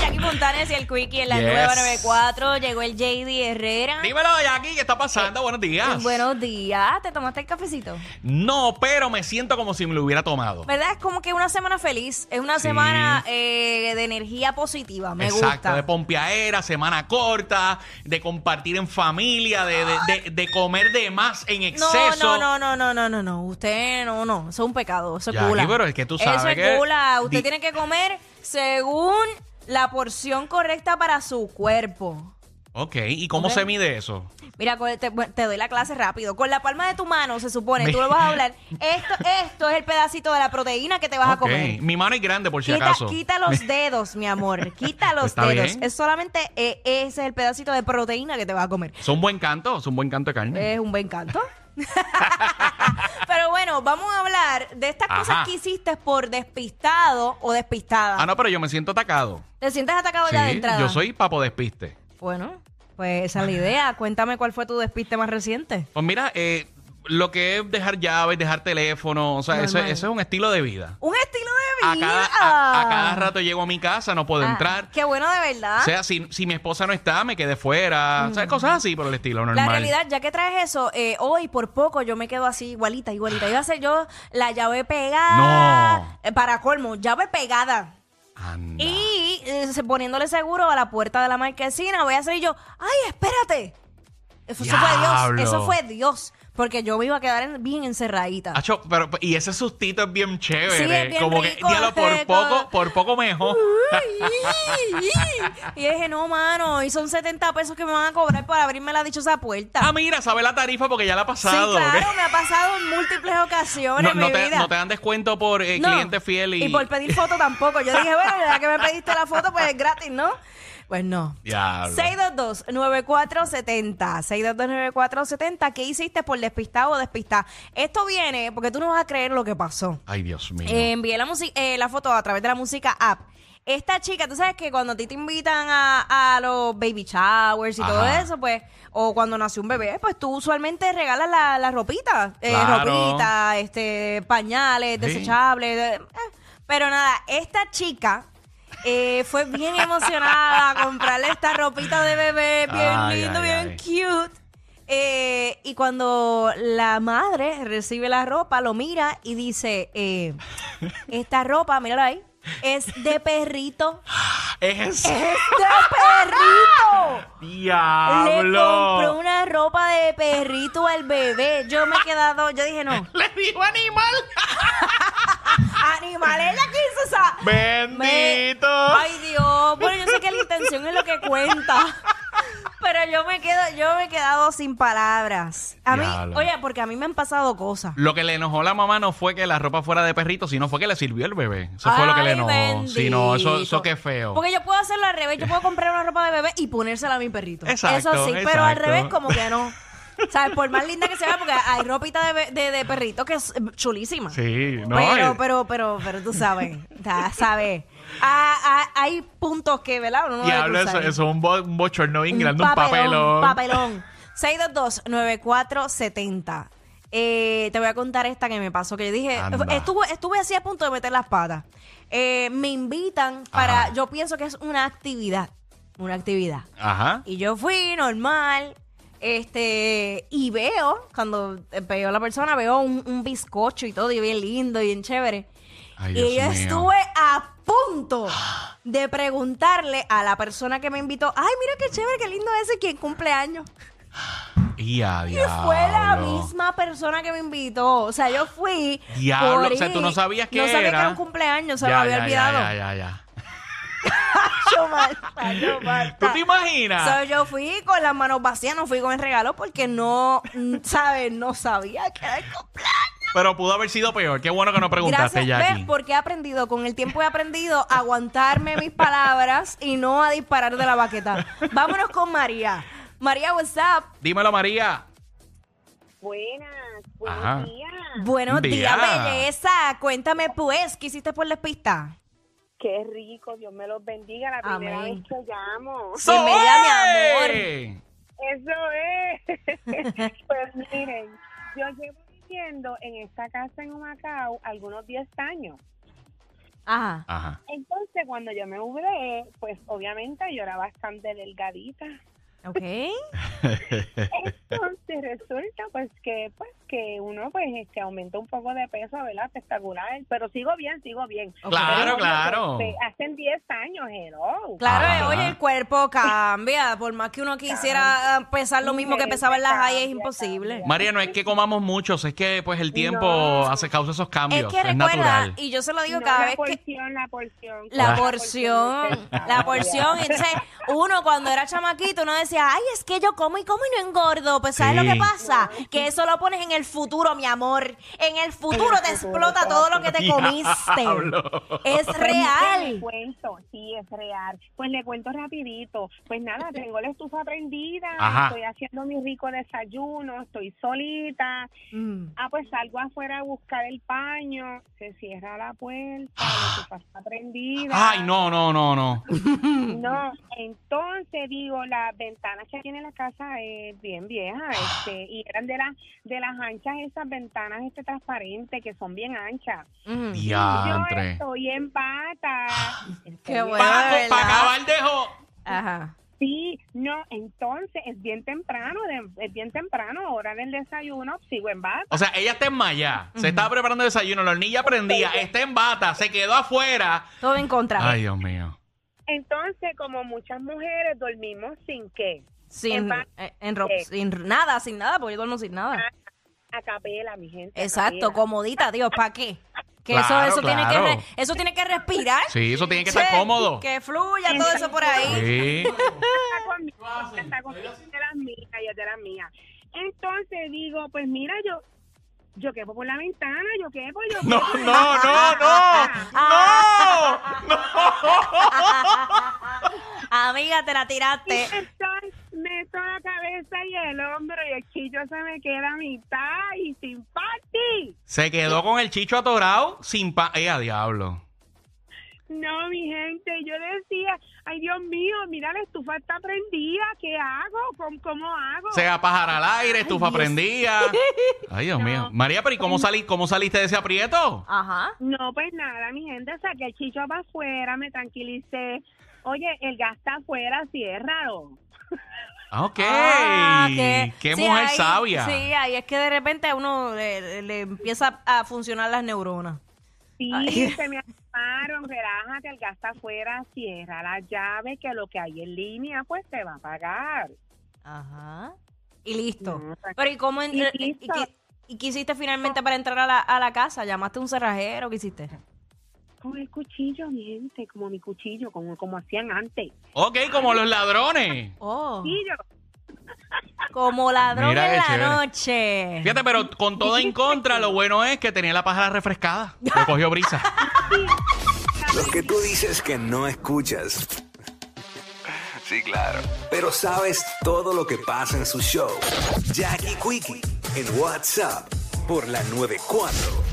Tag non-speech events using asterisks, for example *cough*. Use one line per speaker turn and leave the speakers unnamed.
Jackie Fontanes y el Quickie en la
Yes.
nueva 94. Llegó el JD Herrera.
Dímelo, Jackie, ¿qué está pasando?
Eh,
Buenos días.
Buenos días. ¿Te tomaste el cafecito?
No, pero me siento como si me lo hubiera tomado.
¿Verdad? Es como que una semana feliz. Es una
Sí.
semana eh, de energía positiva. Me
Exacto,
gusta.
de pompeadera, semana corta, de compartir en familia, de, de- de- de comer de más en
no, no,
exceso.
no, no, no, no, no, no. Usted no, no. Eso es un pecado. Eso es
Jackie,
gula.
pero es que tú
Eso
sabes
es
que-
gula. Usted
Di-
tiene que comer según la porción correcta para su cuerpo.
Ok, ¿y cómo
Ok.
se mide eso?
Mira, con- te, te doy la clase rápido. Con la palma de tu mano, se supone, tú lo vas a hablar. Esto, esto es el pedacito de la proteína que te vas a
Ok,
comer.
Mi mano es grande, por si
Quita,
acaso.
quita los dedos, mi
*laughs*
amor. Quita los
Está
dedos.
bien.
Es solamente eh, ese es el pedacito de proteína que te vas a comer.
Es un buen canto, es un buen canto de carne.
Es un buen canto. *laughs* Pero bueno, vamos a hablar de estas
Ajá.
cosas que hiciste por despistado o despistada.
ah, no, pero yo me siento atacado.
¿Te sientes atacado
Sí,
ya de entrada?
yo soy papo despiste.
Bueno, pues esa es la idea. Cuéntame cuál fue tu despiste más reciente.
Pues mira, eh, lo que es dejar llaves, dejar teléfono, o sea, eso,
Normal.
eso es un estilo de vida.
Un estilo de
a
vida.
cada, a, a cada rato llego a mi casa, no puedo
Ah,
entrar.
Qué Ah. bueno de verdad.
O sea, si, si mi esposa no está, me quedé fuera. O sea, cosas así por el estilo normal.
Mm. la realidad, ya que traes eso, eh, hoy por poco yo me quedo así, igualita, igualita. Iba a ser yo la llave pegada.
No.
Eh, para colmo, llave pegada.
Anda.
Y eh, se- poniéndole seguro a la puerta de la marquesina, voy a ser yo, ¡ay, espérate! Eso, eso fue Dios,
Diablo.
eso fue Dios. Porque yo me iba a quedar en- bien encerradita.
Acho, pero, y ese sustito es bien chévere.
Sí, es bien
como
rico,
que, diablo, por
eh,
poco,
como-
por poco mejor.
y dije, no, mano, y son 70 pesos que me van a cobrar por abrirme la dichosa puerta.
ah, mira, sabe la tarifa porque ya la ha pasado.
Sí, claro, me ha pasado en múltiples ocasiones
No,
en
no
mi
te,
vida.
no te dan descuento por eh,
No.
cliente fiel y.
por pedir foto tampoco. Yo dije, bueno, ya que me pediste la foto, pues es gratis, ¿no? Pues no.
Diablo.
622-9470. 622-9470. ¿Qué hiciste por despistado o despistada? Esto viene porque tú no vas a creer lo que pasó.
Ay, Dios mío.
Eh, envié la, musi- eh, la foto a través de la música app. Esta chica, tú sabes que cuando a ti te invitan a, a los baby showers y todo
Ajá.
eso, pues, o cuando nace un bebé, pues tú usualmente regalas la, la ropita, eh,
Claro.
ropita, este, pañales,
Sí.
desechables. de- eh. Pero nada, esta chica eh, fue bien emocionada a comprarle esta ropita de bebé, bien
Ay,
lindo,
ay,
bien
ay.
cute. Eh, y cuando la madre recibe la ropa, lo mira y dice,
*laughs*
eh, esta ropa, mírala ahí, es de perrito.
es.
¡Es de perrito! Le compró
Diablo.
una ropa de perrito al bebé. Yo me he quedado, yo dije, no,
Le dijo animal.
animales la quiso esa. *laughs*
Bendito.
Me- Ay, Dios. Bueno, yo sé que la intención es lo que cuenta. *laughs* Pero yo me quedo, yo me he quedado sin palabras. A mí,
Diablo.
oye, porque a mí me han pasado cosas.
Lo que le enojó la mamá no fue que la ropa fuera de perrito, sino fue que le sirvió el bebé. Eso fue lo que le
Ay,
enojó. Sí, no, eso, eso qué feo.
Porque yo puedo hacerlo al revés. Yo puedo comprar una ropa de bebé y ponérsela a mi perrito.
Exacto,
Eso sí, pero al
exacto.
revés como que no. ¿Sabes? Por más linda que sea, porque hay ropita de, be- de, de perrito que es eh, chulísima.
Sí, no.
Pero,
eh,
pero, pero, pero tú sabes. ya sabes. Ah, ah, hay puntos que, ¿verdad? Uno no
y
debe
habla eso,
cruzar.
eso es un, bo- un bochorno bien grande, un papelón.
papelón. *laughs* 622-9470. Eh, te voy a contar esta que me pasó, que yo dije,
Anda.
estuve, estuve así a punto de meter las patas. Eh, me invitan para,
Ajá.
yo pienso que es una actividad, una actividad.
Ajá.
Y yo fui normal, este, y veo, cuando veo a la persona, veo un, un bizcocho y todo, y bien lindo, y bien chévere.
Ay,
y
Dios
yo
mío.
estuve a
*gasps*
punto de preguntarle a la persona que me invitó, ay, mira qué chévere, qué lindo ese, quien cumple años.
Y a
Y fue la
diablo.
misma persona que me invitó. O sea, yo fui.
*gasps* Diablo,
por
o sea, tú
ir.
no sabías que
No sabía que
era.
era un cumpleaños, se me
Ya,
había
ya,
olvidado.
Ya, ya, ya, ya.
Yo, Marta, yo, Marta.
*laughs* ¿Tú te imaginas?
So, yo fui con las manos vacías, no fui con el regalo porque no, mm, ¿sabes? No sabía que era el cumpleaños.
Pero pudo haber sido peor. Qué bueno que no preguntaste,
Gracias,
Jackie.
¿ves? Porque he aprendido, con el tiempo he aprendido a aguantarme mis palabras y no a disparar de la baqueta. Vámonos con María. María, what's up?
Dímelo, María.
Buenas, buenos
Ajá.
días.
Buenos días,
Día.
belleza. Cuéntame, pues, ¿qué hiciste por la pista?
Qué rico, Dios me los bendiga. La primera
Amén.
vez que llamo.
Bienvenida,
¡Soy!
Eso es. pues miren, yo llevo viviendo en esta casa en Humacao algunos 10 años.
Ajá.
Ajá.
Entonces, cuando yo me mudé, pues obviamente yo era bastante
*laughs*
delgadita.
Ok.
Entonces resulta pues que pues que uno pues este aumenta un poco de peso, ¿verdad? Espectacular, pero sigo bien, sigo bien.
Claro,
Pero,
claro.
este, Hacen 10 años, hello.
Claro,
Ajá.
eh, oye, el cuerpo cambia. Por más que uno quisiera eh, pesar lo mismo que pesaba en las
Cambia,
calles, es imposible.
María, no es que comamos muchos, es que pues el tiempo
No.
hace causa esos
Es
cambios.
que
Es,
recuerda,
natural. Ah.
y yo se lo digo
No,
cada
la
vez que...
porción, la porción.
La
La
porción,
*laughs* porción,
la porción.
*laughs*
Entonces, uno cuando era chamaquito, uno decía, ay, es que yo como y como y no engordo. Pues, ¿sabes
Sí.
lo que pasa? Que eso lo pones en el futuro, mi amor. En el futuro te explota todo lo que te comiste.
Diablo.
Es
Pues le
real.
cuento, sí, es real. Pues le cuento rapidito. Pues nada,
Este
tengo la estufa prendida,
Ajá.
estoy haciendo mi rico desayuno, estoy solita.
Mm.
Ah, pues salgo afuera a buscar el paño, se cierra la puerta, la
Ah.
estufa está prendida.
Ay, no, no, no, no.
No, entonces digo, las ventanas que tiene la casa es bien vieja,
Ah.
este, y eran de las de las anchas esas ventanas este transparentes que son bien anchas.
Mm.
Yo
Diantre.
estoy en pata.
Ah, Qué bueno.
Para
¿verdad?
acabar dejo.
Ajá.
Sí, no, entonces es bien temprano, de- es bien temprano, hora del desayuno, sigo en bata.
O sea, ella está en Maya. Se estaba preparando desayuno, la hornilla prendía, está en bata, se quedó afuera.
Todo en contra.
Ay, Dios mío.
Entonces, como muchas mujeres, dormimos sin qué,
sin,
en pa-
eh, en ro-
eh.
sin nada, sin nada, porque yo duermo sin nada.
a capela, mi gente. a
Exacto,
capela.
comodita, Dios, ¿para qué? Que
Claro,
eso, eso, tiene
claro.
que re- eso tiene que respirar.
Sí, eso tiene que
Che,
estar cómodo.
Que fluya todo eso por ahí. *laughs*
Sí.
está conmigo, ella está conmigo, ella es de las mías, ella es de las mías. Entonces digo, pues mira, yo yo quepo por la ventana, yo quepo, yo quepo.
No, no, no, no.
Ah,
No.
Amiga, te la
Y
tiraste.
entonces meto la cabeza y el hombro y el chillo se me queda a mitad y sin party.
Se quedó con el chicho atorado sin pa. ¡Ey, a diablo!
No, mi gente, yo decía, ay Dios mío, mira la estufa está prendida, ¿qué hago? ¿Cómo, cómo hago?
Se pájaro al aire, estufa prendía. Ay, Dios mío. María, pero ¿y cómo, salí, cómo saliste de ese aprieto?
Ajá.
No, pues nada, mi gente, saqué el chicho para afuera, me tranquilicé. Oye, el gas está afuera, ciérralo.
Ah, ok.
Ah,
¡Qué,
que- sí,
mujer
ahí-
sabia!
Sí, ahí es que de repente a uno le, le empieza a funcionar las neuronas.
Sí,
Ay.
se me armaron, relájate, el gas está afuera, cierra la llave, que lo que hay en línea, pues se va a pagar.
Ajá. Y listo.
No,
Pero ¿y cómo? en-
Y
eh, y,
listo.
qué, y qué hiciste finalmente para entrar a la, a la casa? ¿Llamaste a un cerrajero? ¿Qué hiciste?
Con el cuchillo, mi gente, como mi cuchillo, como, como hacían antes.
Ok, como los ladrones.
Oh.
Cuchillo.
Como ladrón
Mira qué
en la
chévere.
noche.
Fíjate, pero con todo en contra, lo bueno es que tenía la pájara refrescada. Le cogió brisa.
Lo que tú dices que no escuchas. Sí, claro. Pero sabes todo lo que pasa en su show. Jackie Quickie en WhatsApp por la 94.